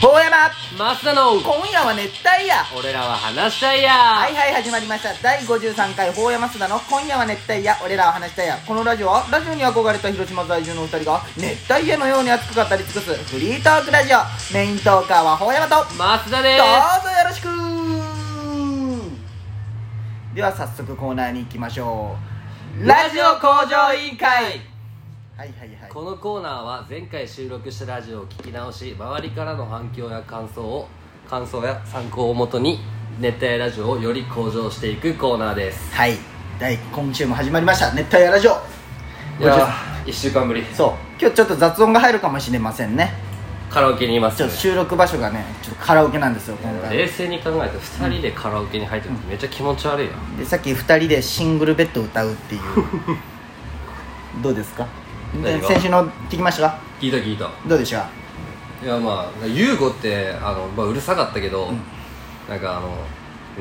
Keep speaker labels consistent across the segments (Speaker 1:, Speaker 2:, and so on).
Speaker 1: 遠山
Speaker 2: マスダの
Speaker 1: 今夜は熱帯夜
Speaker 2: 俺らは話したいや
Speaker 1: はいはい始まりました第53回法山須田の今夜は熱帯夜俺らは話したいやこのラジオはラジオに憧れた広島在住のお二人が熱帯夜のように熱く語り尽くすフリートークラジオメイントーカーは法山とどうぞ
Speaker 2: マスダです
Speaker 1: よろしくでは早速コーナーに行きましょうラジオ向上委員会はいはいはい
Speaker 2: このコーナーは前回収録したラジオを聞き直し周りからの反響や感想を感想や参考をもとに熱帯ラジオをより向上していくコーナーです
Speaker 1: はい第今週も始まりました熱帯夜ラジオ
Speaker 2: いや1週間ぶり
Speaker 1: そう今日ちょっと雑音が入るかもしれませんね
Speaker 2: カラオケにいます
Speaker 1: ちょっと収録場所がねちょっとカラオケなんですよ今回
Speaker 2: 冷静に考えて2人でカラオケに入ってるのめっちゃ気持ち悪いな
Speaker 1: でさっき2人でシングルベッド歌う っていうどうですか
Speaker 2: 何
Speaker 1: で
Speaker 2: が
Speaker 1: 先週の聞きましたか
Speaker 2: 聞いた聞いた
Speaker 1: どうでした
Speaker 2: いやまあ優吾ってあの、まあ、うるさかったけど、なんかあの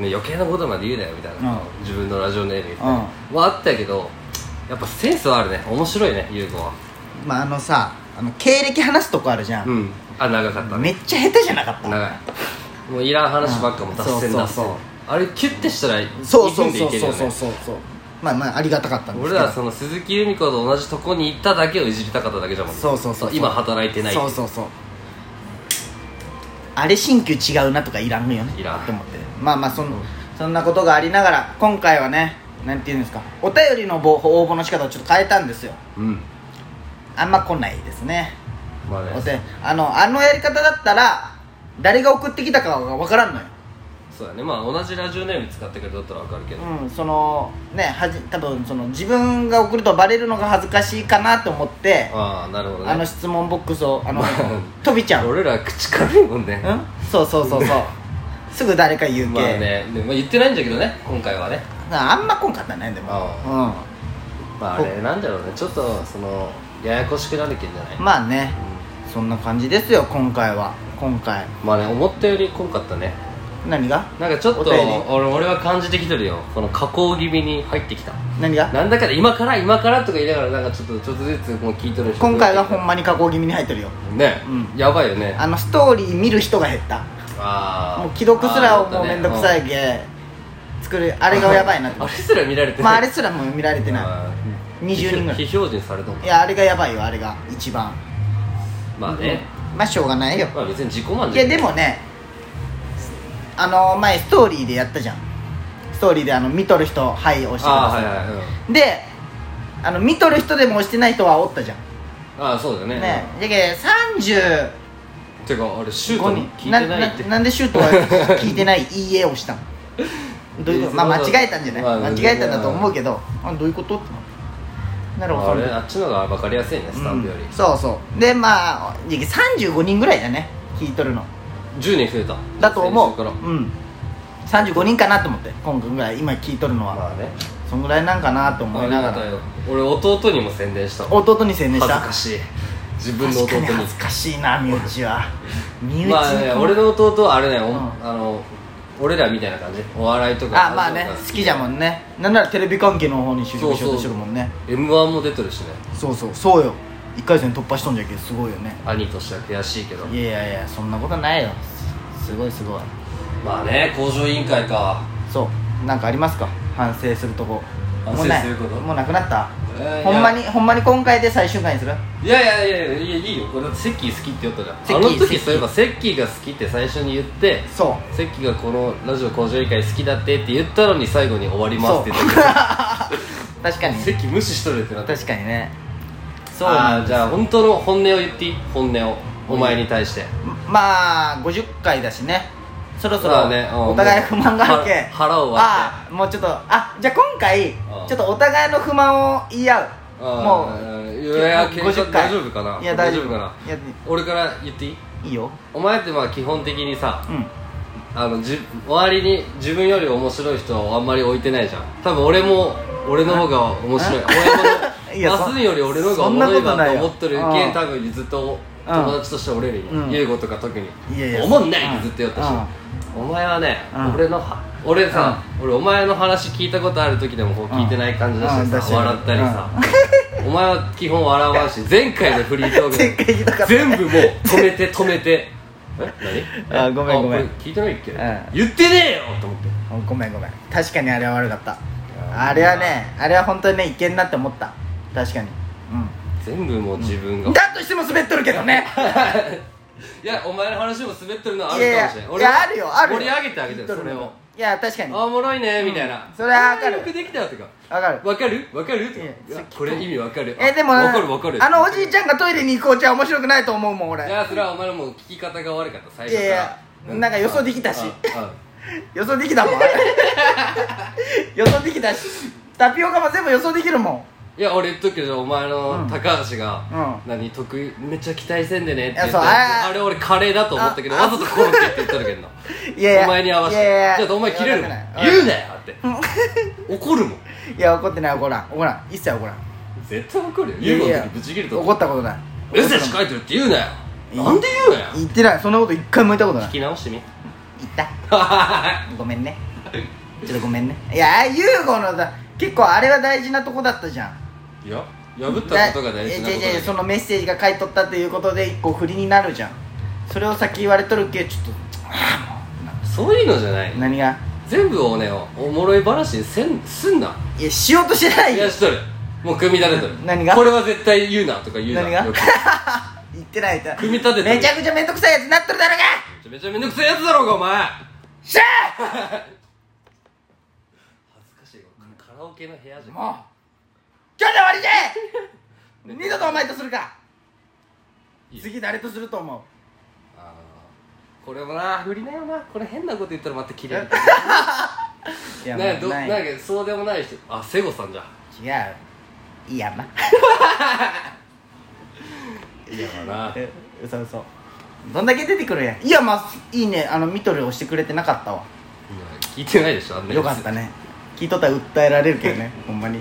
Speaker 2: ね余計なことまで言うなよみたいな、
Speaker 1: うん
Speaker 2: 自分のラジオネームみたいな
Speaker 1: うん
Speaker 2: はあったけどやっぱセンスはあるね面白いね優吾は
Speaker 1: まああのさあの経歴話すとこあるじゃ、
Speaker 2: うんんあ長かったね
Speaker 1: めっちゃ下手じゃなかった
Speaker 2: 長いもういらん話ばっかも出せん
Speaker 1: うんそ
Speaker 2: 出せ
Speaker 1: うんそうそう
Speaker 2: あれキュッてしたら
Speaker 1: そう
Speaker 2: 2
Speaker 1: そう
Speaker 2: 分で
Speaker 1: そ
Speaker 2: いうける
Speaker 1: そ
Speaker 2: よ
Speaker 1: うそう
Speaker 2: ね
Speaker 1: そうそうまあまあありがたかったんですけ
Speaker 2: 俺
Speaker 1: ど
Speaker 2: らはその鈴木由美子と同じとこに行っただけをいじりたかっただけじゃもんね
Speaker 1: そうそうそう
Speaker 2: 今働いてない
Speaker 1: そうそうそうあれ新旧違うなとかいらんのよね
Speaker 2: いらん
Speaker 1: と思ってまあまあそのそんなことがありながら今回はねなんていうんですかお便りの応募応募の仕方をちょっと変えたんですよ
Speaker 2: うん
Speaker 1: あんま来ないですね
Speaker 2: まあ
Speaker 1: お
Speaker 2: ね
Speaker 1: てあのあのやり方だったら誰が送ってきたかが分からんのよ
Speaker 2: そうだねまあ同じラジオネーム使ってくれたったら分かるけど、
Speaker 1: うんそのねはじ多分その自分が送るとバレるのが恥ずかしいかなと思って
Speaker 2: ああなるほどね
Speaker 1: あの質問ボックスをあの
Speaker 2: まあ
Speaker 1: とびちゃん
Speaker 2: 俺ら口軽いもんね
Speaker 1: うんそうそうそうそうすぐ誰か言うけ、
Speaker 2: まあねでもまあ言ってないんだけどね今回はね
Speaker 1: あんまこんかったねでも
Speaker 2: まああれなんだろうねちょっとそのややこしくなるけんじゃない、
Speaker 1: うんまあねそんな感じですよ今回は今回
Speaker 2: まあね思ったより濃かったね
Speaker 1: 何が
Speaker 2: なんかちょっ
Speaker 1: お
Speaker 2: と
Speaker 1: 便り
Speaker 2: 俺俺は感じてきてるよこの加工気味に入ってきた
Speaker 1: 何が
Speaker 2: なんだかで今から今からとか言いながらなんかちょっとちょっとずつもう聞いとる人
Speaker 1: 今回がほんまに加工気味に入ってるよ
Speaker 2: ね、
Speaker 1: うん
Speaker 2: やばいよね
Speaker 1: あのストーリー見る人が減った
Speaker 2: ああ
Speaker 1: もう既読すらもうめんどくさいけ、作るあれがやばいなって
Speaker 2: あれすら見られて
Speaker 1: まああれ
Speaker 2: れ
Speaker 1: すらもう見られてな20人ぐらい
Speaker 2: 非表示されたもん
Speaker 1: いいやあれがやばいよあれが一番
Speaker 2: まあね、
Speaker 1: まあしょうがないよ
Speaker 2: まあ別に自己満
Speaker 1: い
Speaker 2: じゃ
Speaker 1: やでもねあの前ストーリーでやったじゃんストーリーであの見とる人「はい」押してく
Speaker 2: あ
Speaker 1: だ
Speaker 2: あ
Speaker 1: さ
Speaker 2: はい
Speaker 1: い、
Speaker 2: はい、うん、
Speaker 1: であの見とる人でも押してない人はおったじゃん
Speaker 2: ああそうだよね
Speaker 1: ねじゃけ35
Speaker 2: てかあれシュートに聞
Speaker 1: 人
Speaker 2: いてないって
Speaker 1: ななんでシュートは聞いて ない「いいえ」をしたのどういうことまあ間違えたんじゃない、
Speaker 2: まあ
Speaker 1: 間違えたんだと思うけどあどういうことってなるほど
Speaker 2: あれあっちのが分かりやすいねスタンプより、
Speaker 1: うんそうそうでまあじゃけ35人ぐらいだね聞いとるの
Speaker 2: 10人増えた
Speaker 1: だと思う
Speaker 2: 先週から
Speaker 1: うん35人かなと思って今回ぐらい今聞いとるのは、
Speaker 2: まあね
Speaker 1: そんぐらいなんかなと思
Speaker 2: あ
Speaker 1: い
Speaker 2: り
Speaker 1: な
Speaker 2: が
Speaker 1: が
Speaker 2: たい
Speaker 1: ら
Speaker 2: よ俺弟にも宣伝したもん
Speaker 1: 弟に宣伝した
Speaker 2: 恥ずかしい自分の
Speaker 1: 確
Speaker 2: 弟
Speaker 1: か
Speaker 2: に
Speaker 1: に恥ずかしいな身内 は身内
Speaker 2: まあね俺の弟はあれね、お
Speaker 1: ん
Speaker 2: あの俺らみたいな感じお笑いとか
Speaker 1: あまあね好きじゃも
Speaker 2: ん
Speaker 1: んねなんならテレビ関係の方に就職しようとしてるもんね
Speaker 2: m 1も出てるしね
Speaker 1: そうそうそうよ1回戦突破しとんじゃけどすごいよね
Speaker 2: 兄としては悔しいけど
Speaker 1: いやいやいやそんなことないよすすごいすごい
Speaker 2: まあね向上委員会か
Speaker 1: そうなんかありますか反省するとこ
Speaker 2: 反省
Speaker 1: もうない
Speaker 2: すること
Speaker 1: もうなくなった、
Speaker 2: えー
Speaker 1: ほんま
Speaker 2: い
Speaker 1: にほんまに今回で最終回にする
Speaker 2: いやいやいやいやいやいいよこれだってセッキー好きって言ったじ
Speaker 1: セ
Speaker 2: ゃ
Speaker 1: ッ
Speaker 2: んあ
Speaker 1: キー
Speaker 2: の
Speaker 1: セッキ
Speaker 2: 時
Speaker 1: ー
Speaker 2: そういえばセッキーが好きって最初に言って
Speaker 1: そう
Speaker 2: セッキーがこのラジオ向上委員会好きだってって言ったのに最後に終わりますって言ったけ
Speaker 1: 確かに
Speaker 2: どセッキー無視しとるってなって
Speaker 1: 確かにねそう
Speaker 2: あ
Speaker 1: なん
Speaker 2: あ
Speaker 1: で
Speaker 2: じゃあ本当の本音を言っていい本音をお前に対して
Speaker 1: すまあ50回だしねそろそ
Speaker 2: ま
Speaker 1: ろ
Speaker 2: あねうん
Speaker 1: お互い不満があるけん
Speaker 2: は腹を割って
Speaker 1: ああもうちょっとあじゃあ今回ちょっとお互いの不満を言い合うも
Speaker 2: あ
Speaker 1: う
Speaker 2: ーいや喧嘩大丈夫かない
Speaker 1: や大丈夫
Speaker 2: かない
Speaker 1: や
Speaker 2: 俺から言っていい
Speaker 1: いいよ
Speaker 2: お前ってまあ基本的にさ
Speaker 1: うん
Speaker 2: あのじ周りに自分より面白い人をあんまり置いてないじゃん多分俺も俺の方が 面白い
Speaker 1: あい
Speaker 2: 親
Speaker 1: や
Speaker 2: の
Speaker 1: そ
Speaker 2: マスンより俺の方がおもろ
Speaker 1: そ
Speaker 2: い
Speaker 1: んなことな
Speaker 2: ないと
Speaker 1: よ
Speaker 2: 思っとる
Speaker 1: う
Speaker 2: け
Speaker 1: ん
Speaker 2: ん多分ずっと
Speaker 1: うん
Speaker 2: 友達として俺らに
Speaker 1: うん
Speaker 2: 優吾とか特に
Speaker 1: いやいや
Speaker 2: おもんない
Speaker 1: うん
Speaker 2: ってずっと言ったしお前はね
Speaker 1: うん
Speaker 2: 俺のは俺さ俺お前の話聞いたことある時でもこう聞いてない感じだ
Speaker 1: うん
Speaker 2: し
Speaker 1: だし
Speaker 2: さ笑ったりさ お前 は基本笑わんし前回のフリートーク
Speaker 1: 前回ひどかった
Speaker 2: で全部もう止めて止めてえ何
Speaker 1: あごめんごめん
Speaker 2: あこれ聞いてないっけ、
Speaker 1: ん
Speaker 2: 言ってねえよと思って
Speaker 1: ごめんごめん確かにあれは悪かったあれはねあれは本当にねいけんなって思った確かに
Speaker 2: 全部もう自分が、
Speaker 1: うんだとしても滑っとるけどね
Speaker 2: いやお前の話も滑ってるのはあ
Speaker 1: い
Speaker 2: るかもしれ
Speaker 1: やい
Speaker 2: ない
Speaker 1: や
Speaker 2: 俺
Speaker 1: いやあるよあるよ
Speaker 2: 盛り上げてあげてる
Speaker 1: 言っ
Speaker 2: そ
Speaker 1: と
Speaker 2: れ
Speaker 1: の
Speaker 2: を
Speaker 1: いや確かに
Speaker 2: あおもろいねみたいな、
Speaker 1: うんそれはわかる
Speaker 2: よくできたよとか
Speaker 1: わかる
Speaker 2: わかるわかると
Speaker 1: い
Speaker 2: か
Speaker 1: や
Speaker 2: うわこれ意味わかる
Speaker 1: えでも
Speaker 2: わかるわかる
Speaker 1: あのおじいちゃんがトイレに行くお茶は面白くないと思うもん俺
Speaker 2: いやそれはお前のもう聞き方が悪かった最初から
Speaker 1: いやいやなんか予想できたし
Speaker 2: ああ
Speaker 1: 予想できたもんあ れ予想できたしタピオカも全部予想できるもん
Speaker 2: いや俺言っとくけどお前
Speaker 1: う
Speaker 2: の
Speaker 1: ん
Speaker 2: 高橋が
Speaker 1: う
Speaker 2: 何得意めっちゃ期待せんでねって言っ
Speaker 1: いやそう
Speaker 2: たやつ
Speaker 1: あ
Speaker 2: あれ俺カレーだと思ったけど
Speaker 1: あ
Speaker 2: わざとコロッケって言っただけどな
Speaker 1: いやいや
Speaker 2: お前に合わせ
Speaker 1: いやいや
Speaker 2: てちょっとお前切れるもん
Speaker 1: わかんない
Speaker 2: 言うなよって怒るもん
Speaker 1: いや怒ってない怒らん怒らん一切怒らん
Speaker 2: 絶対怒るよ
Speaker 1: いや
Speaker 2: 言う
Speaker 1: い
Speaker 2: の
Speaker 1: や
Speaker 2: 時ブチ切ると
Speaker 1: 怒ったことない
Speaker 2: メッセージ書いてるって言うなよなんで言うなよ
Speaker 1: 言ってないそんなこと一回も言ったことない
Speaker 2: 聞き直 してみ
Speaker 1: 言ったごめんねちょっとごめんねいやユーゴのだ結構あれは大事なとこだったじゃん
Speaker 2: いや破ったことが大事なこと
Speaker 1: だえじゃあじゃあ
Speaker 2: だ
Speaker 1: そのメッセージが書いとったということで一個振りになるじゃんそれを先言われとるけちょっと
Speaker 2: そういうのじゃない
Speaker 1: 何が
Speaker 2: 全部をねおもろい話にせんすんない
Speaker 1: やしようとしてない
Speaker 2: い
Speaker 1: よ
Speaker 2: やしとるもう組み立てとる
Speaker 1: 何が
Speaker 2: これは絶対言うなとか言うな
Speaker 1: 何が
Speaker 2: よく
Speaker 1: 言ってないだ
Speaker 2: 組み立ててる
Speaker 1: めちゃくちゃめんどくさいやつになっとるだろうが
Speaker 2: めちゃめちゃめんどくさいやつだろうがお前恥
Speaker 1: しゃ
Speaker 2: ずかしいよカラオケの部屋じ
Speaker 1: あ
Speaker 2: ゃ
Speaker 1: もう今日で終わりじゃ二度とお前とするか
Speaker 2: いい
Speaker 1: 次誰とすると思う
Speaker 2: あーこれもな振りなよなこれ変なこと言ったらまた切れる
Speaker 1: い
Speaker 2: な
Speaker 1: や
Speaker 2: んかど
Speaker 1: な
Speaker 2: ないん
Speaker 1: 違
Speaker 2: かそうでもない人あセゴさんじゃ
Speaker 1: ういいやま
Speaker 2: いやまあな
Speaker 1: え嘘嘘どんだけ出てくるやんいやまあいいねあの見とる押してくれてなかったわ
Speaker 2: 聞いてないでしょあんなや
Speaker 1: よ
Speaker 2: つ
Speaker 1: かったね聞いとったら訴えられるけどねほんまに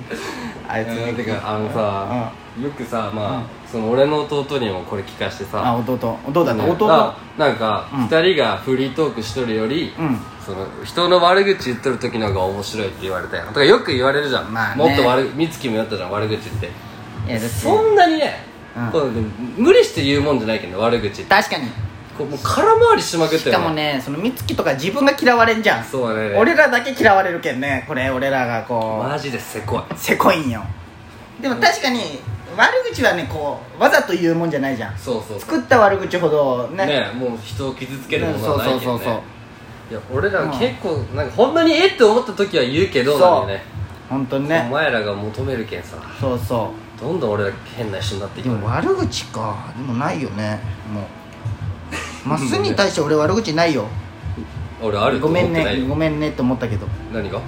Speaker 1: あいつ
Speaker 2: うん
Speaker 1: に
Speaker 2: てかあのさよくさまあその俺の弟にもこれ聞かして
Speaker 1: あ
Speaker 2: さ
Speaker 1: 弟弟だね
Speaker 2: なんか
Speaker 1: 弟
Speaker 2: なんか
Speaker 1: うん
Speaker 2: 二人がフリートークしとるより
Speaker 1: うん
Speaker 2: その人の悪口言っとる時の方が面白いって言われたよとかよく言われるじゃん、
Speaker 1: まあね
Speaker 2: もっと悪美月もやったじゃん悪口って
Speaker 1: いやだって
Speaker 2: そんなにね、
Speaker 1: うん
Speaker 2: こう無理して言うもんじゃないけど悪口って
Speaker 1: 確かに
Speaker 2: こうもう空回りしまくって
Speaker 1: し
Speaker 2: る
Speaker 1: かもねその美月とか自分が嫌われんじゃん
Speaker 2: そうだね
Speaker 1: 俺らだけ嫌われるけんねこれ俺らがこ
Speaker 2: マジでせこいう
Speaker 1: せこいんよでも確かに悪口はねこうわざと言うもんじゃないじゃん
Speaker 2: そうそう
Speaker 1: 作った悪口ほどね
Speaker 2: ねもう人を傷つけるもの
Speaker 1: そ
Speaker 2: は
Speaker 1: う
Speaker 2: ない
Speaker 1: そ
Speaker 2: け
Speaker 1: う
Speaker 2: ど、ね、
Speaker 1: そうそう
Speaker 2: いや俺ら結構なんかほんまにえって思った時は言うけどなんでね
Speaker 1: 本当に
Speaker 2: お
Speaker 1: ね
Speaker 2: 前らが求めるけんさ
Speaker 1: そうそ
Speaker 2: どんどん俺ら変な人になって
Speaker 1: う
Speaker 2: い
Speaker 1: で
Speaker 2: く
Speaker 1: も悪口かでもないよねもうまっすーに対して俺悪口ないよ
Speaker 2: 俺ある
Speaker 1: ご
Speaker 2: と思っ
Speaker 1: め
Speaker 2: て
Speaker 1: ん
Speaker 2: ない
Speaker 1: ね
Speaker 2: よ、
Speaker 1: ごめんねって思ったけど
Speaker 2: 何が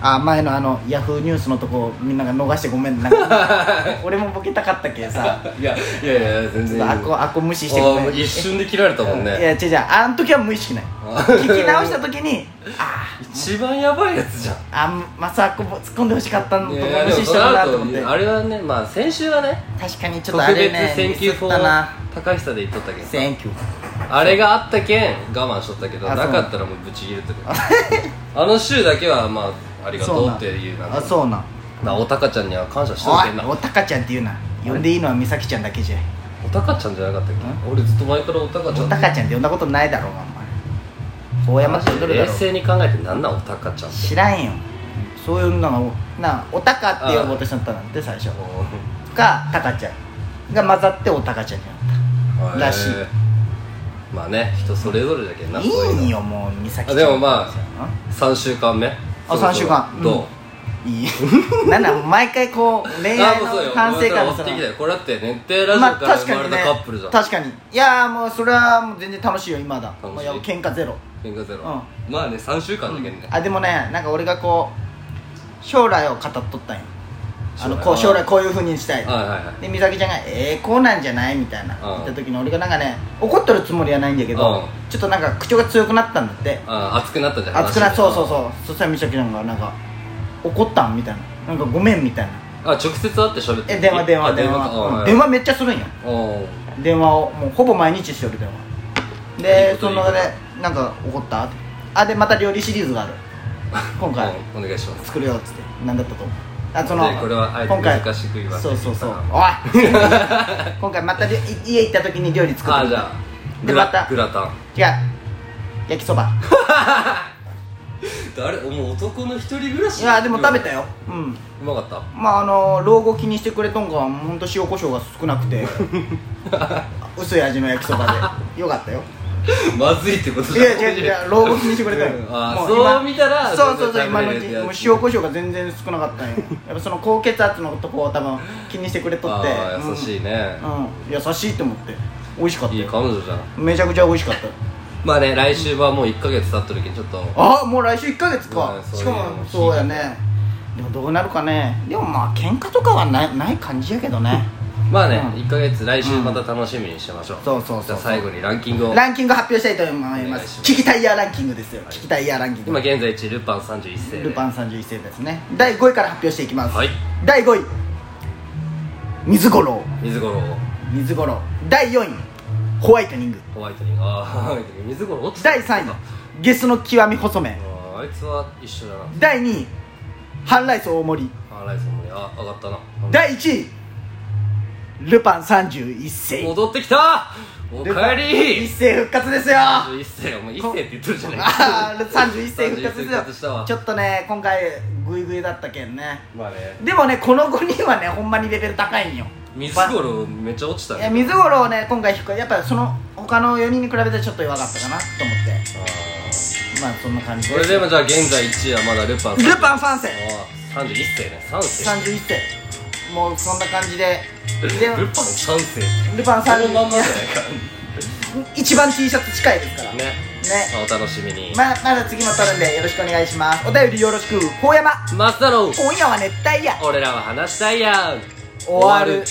Speaker 1: あ前のあのヤフーニュースのとこみんなが逃してごめんなん か俺もボケたかったけさ
Speaker 2: いやいやいや全
Speaker 1: ちょ
Speaker 2: 然
Speaker 1: っ
Speaker 2: いい
Speaker 1: とあこあこ無視してごめ
Speaker 2: あ
Speaker 1: ん
Speaker 2: ー一瞬で切られたもん
Speaker 1: い
Speaker 2: ね
Speaker 1: や違う違うあん時は無意識ない
Speaker 2: あ
Speaker 1: 聞き直した時にあ
Speaker 2: 一番やばいやつじゃん
Speaker 1: あまさあこ突っ込んでほしかったのと
Speaker 2: い
Speaker 1: こ
Speaker 2: や
Speaker 1: 無視したなと思って
Speaker 2: あれはねまあ先週はね
Speaker 1: 確かにちょっとあ
Speaker 2: 特
Speaker 1: れ
Speaker 2: 別
Speaker 1: ね
Speaker 2: 選球
Speaker 1: ミス
Speaker 2: 法
Speaker 1: ったな
Speaker 2: 高久で言っとったけどさ
Speaker 1: 選球
Speaker 2: あれがあったけん我慢しとったけど
Speaker 1: あそう
Speaker 2: なかったらもうぶち切れてるあの週だけはまあありがとうっていうなん
Speaker 1: あそうなん
Speaker 2: まあおたかちゃんには感謝しとるけんな
Speaker 1: おいおたかちゃんって言うな呼んでいいのは美咲ちゃんだけじゃ
Speaker 2: おたかちゃんじゃなかったっけ俺ずっと前からおたかちゃん
Speaker 1: おたかちゃんって呼んだことないだろうがお前大山って呼んどるだ
Speaker 2: 冷
Speaker 1: ろ
Speaker 2: 静に考えてなんなんおたかちゃんって
Speaker 1: 知らんよそういうのがなおたかって呼ぼうとしとったなんて最初かたかちゃんが混ざっておたかちゃんになった
Speaker 2: うん
Speaker 1: らしい
Speaker 2: へーまあね人それぞれだけんない
Speaker 1: い
Speaker 2: よ
Speaker 1: よもう美咲ちゃ
Speaker 2: あ
Speaker 1: ん
Speaker 2: でもま3週間目あ
Speaker 1: あ三週間
Speaker 2: どう
Speaker 1: うんいいなんだ毎回こう恋愛の反省
Speaker 2: か
Speaker 1: 感
Speaker 2: ら追
Speaker 1: を
Speaker 2: っ
Speaker 1: す
Speaker 2: てき
Speaker 1: る
Speaker 2: たよこれだって熱帯ラジオ
Speaker 1: まあ
Speaker 2: から
Speaker 1: 確
Speaker 2: 生ま
Speaker 1: か
Speaker 2: れ
Speaker 1: に
Speaker 2: た
Speaker 1: ね
Speaker 2: カップルじゃん
Speaker 1: 確かにいやーもうそれはもう全然楽しいよ今だ
Speaker 2: 楽しい
Speaker 1: もうや喧嘩ゼロ
Speaker 2: 喧嘩ゼロまあね3週間だけんね
Speaker 1: あでもねなんか俺がこう将来を語っとったんよあのこう
Speaker 2: 将
Speaker 1: 将
Speaker 2: 来
Speaker 1: 来こういうふうにしたい
Speaker 2: はいはいはい
Speaker 1: で美咲ちゃんが「えー、こうなんじゃない?」みたいな
Speaker 2: う
Speaker 1: 言っ
Speaker 2: ん
Speaker 1: た時に俺がなんかね怒っとるつもりはないんだけ
Speaker 2: う
Speaker 1: ど
Speaker 2: ん
Speaker 1: ちょっとなんか口調が強くなったんだって
Speaker 2: あ熱くなったじゃん
Speaker 1: 熱くな
Speaker 2: 話
Speaker 1: そうそうそうそしたら美咲ちゃんがなんか「怒ったん?」みたいな「なんかごめん」みたいな
Speaker 2: あ直接会って喋っ
Speaker 1: 「
Speaker 2: て
Speaker 1: え電話電話
Speaker 2: あ
Speaker 1: 電
Speaker 2: か
Speaker 1: 話」
Speaker 2: あ
Speaker 1: うん電話めっちゃするんよ
Speaker 2: おー
Speaker 1: 電話をもうほぼ毎日してる電話
Speaker 2: いい
Speaker 1: で
Speaker 2: こと
Speaker 1: その中で「なんか怒った?」ってあでまた料理シリーズがある今 回
Speaker 2: うんお願いします
Speaker 1: 作るよっつって何だったと思うあそ
Speaker 2: でこれはあえて
Speaker 1: 今回
Speaker 2: 難しく言わせ
Speaker 1: そ
Speaker 2: て
Speaker 1: うそうそう
Speaker 2: み
Speaker 1: おい今回またり家行った時に料理作
Speaker 2: あ
Speaker 1: っ
Speaker 2: じ
Speaker 1: て
Speaker 2: ゃあ
Speaker 1: でまた
Speaker 2: グラタン
Speaker 1: 違う焼きそば
Speaker 2: 誰もう男の一人暮らし
Speaker 1: いやでも食べたようん
Speaker 2: うまかった
Speaker 1: まああの老後気にしてくれとんかはほんと塩コショウが少なく て薄い味の焼きそばでよか ったよ
Speaker 2: まずいってこと
Speaker 1: いや違う違 う老後気にしてくれたよ、
Speaker 2: うんあー
Speaker 1: も今
Speaker 2: そう見たら
Speaker 1: そうそうそう
Speaker 2: 全然
Speaker 1: 今
Speaker 2: 食
Speaker 1: の
Speaker 2: べれ
Speaker 1: うち
Speaker 2: るってやつ
Speaker 1: もう塩コショウが全然少なかったんよやっぱその高血圧のとこを多分気にしてくれとって
Speaker 2: あー優しいね、
Speaker 1: うん、うん優しいと思って美味しかった
Speaker 2: いい
Speaker 1: よ
Speaker 2: 彼女じゃん
Speaker 1: めちゃくちゃ美味しかった
Speaker 2: まあね来週はもう1ヶ月経ってるけどちょっと
Speaker 1: あもう来週1ヶ月か、
Speaker 2: うんそう
Speaker 1: しか
Speaker 2: いうの
Speaker 1: も
Speaker 2: も
Speaker 1: そうやねでもどうなるかねでもまあ喧嘩とかはないない感じやけどね
Speaker 2: まあね、
Speaker 1: うん
Speaker 2: 一1ヶ月来週また楽しみにしましょう、
Speaker 1: そうそうそう
Speaker 2: じゃあ最後にランキングを
Speaker 1: ランキング発表したいと思い
Speaker 2: お
Speaker 1: ま
Speaker 2: 願いし
Speaker 1: す
Speaker 2: ます
Speaker 1: 聞きたいヤーランキングですよ、聞きたいヤーランキング
Speaker 2: 今現在1位ルパン31世で
Speaker 1: ルパン31世ですね第5位から発表していきます、
Speaker 2: はい
Speaker 1: 第5位水五郎
Speaker 2: 水五郎
Speaker 1: 水五郎第4位ホワイトニング
Speaker 2: ホワイトニングああホワイトニング水五郎落ちた
Speaker 1: 第3位ゲスの極み細麺
Speaker 2: あーあいつは一緒だな
Speaker 1: 第2位半ライス大盛り
Speaker 2: あーライスもねあ上がったな
Speaker 1: 第1位ルパン31世
Speaker 2: 戻ってきたお
Speaker 1: ル
Speaker 2: か
Speaker 1: パ
Speaker 2: え
Speaker 1: ン
Speaker 2: り
Speaker 1: 一世復活ですよあ
Speaker 2: 31世お前一世って言ってるじゃ ない
Speaker 1: ー31世 復活
Speaker 2: 31世復活
Speaker 1: で
Speaker 2: し
Speaker 1: す
Speaker 2: たわ
Speaker 1: よちょっとね今回グイグイだったけんね
Speaker 2: まあね
Speaker 1: でもねこの5人はねほんまにレベル高いんよ
Speaker 2: 水五郎めっちゃ落ちた
Speaker 1: い
Speaker 2: ね
Speaker 1: や水五郎ね今回低いやっぱその他の4人に比べてちょっと弱かったかなと思って
Speaker 2: あー
Speaker 1: まあそんな感じ
Speaker 2: それでもじゃあ現在1位はまだルパン
Speaker 1: ルパン三世
Speaker 2: あー31世ね3世
Speaker 1: 31世もうそんな感じでで
Speaker 2: ルパン3世
Speaker 1: ルパン
Speaker 2: そ
Speaker 1: 三
Speaker 2: のまんまじゃない
Speaker 1: 一番 T シャツ近いですから
Speaker 2: か
Speaker 1: ね
Speaker 2: ねまあお楽しみに
Speaker 1: ままだ次も撮るんでよろしくお願いしますお便りよろしく高山
Speaker 2: マスタロウ
Speaker 1: 今夜は熱帯夜
Speaker 2: 俺らは話したいやん
Speaker 1: 終わる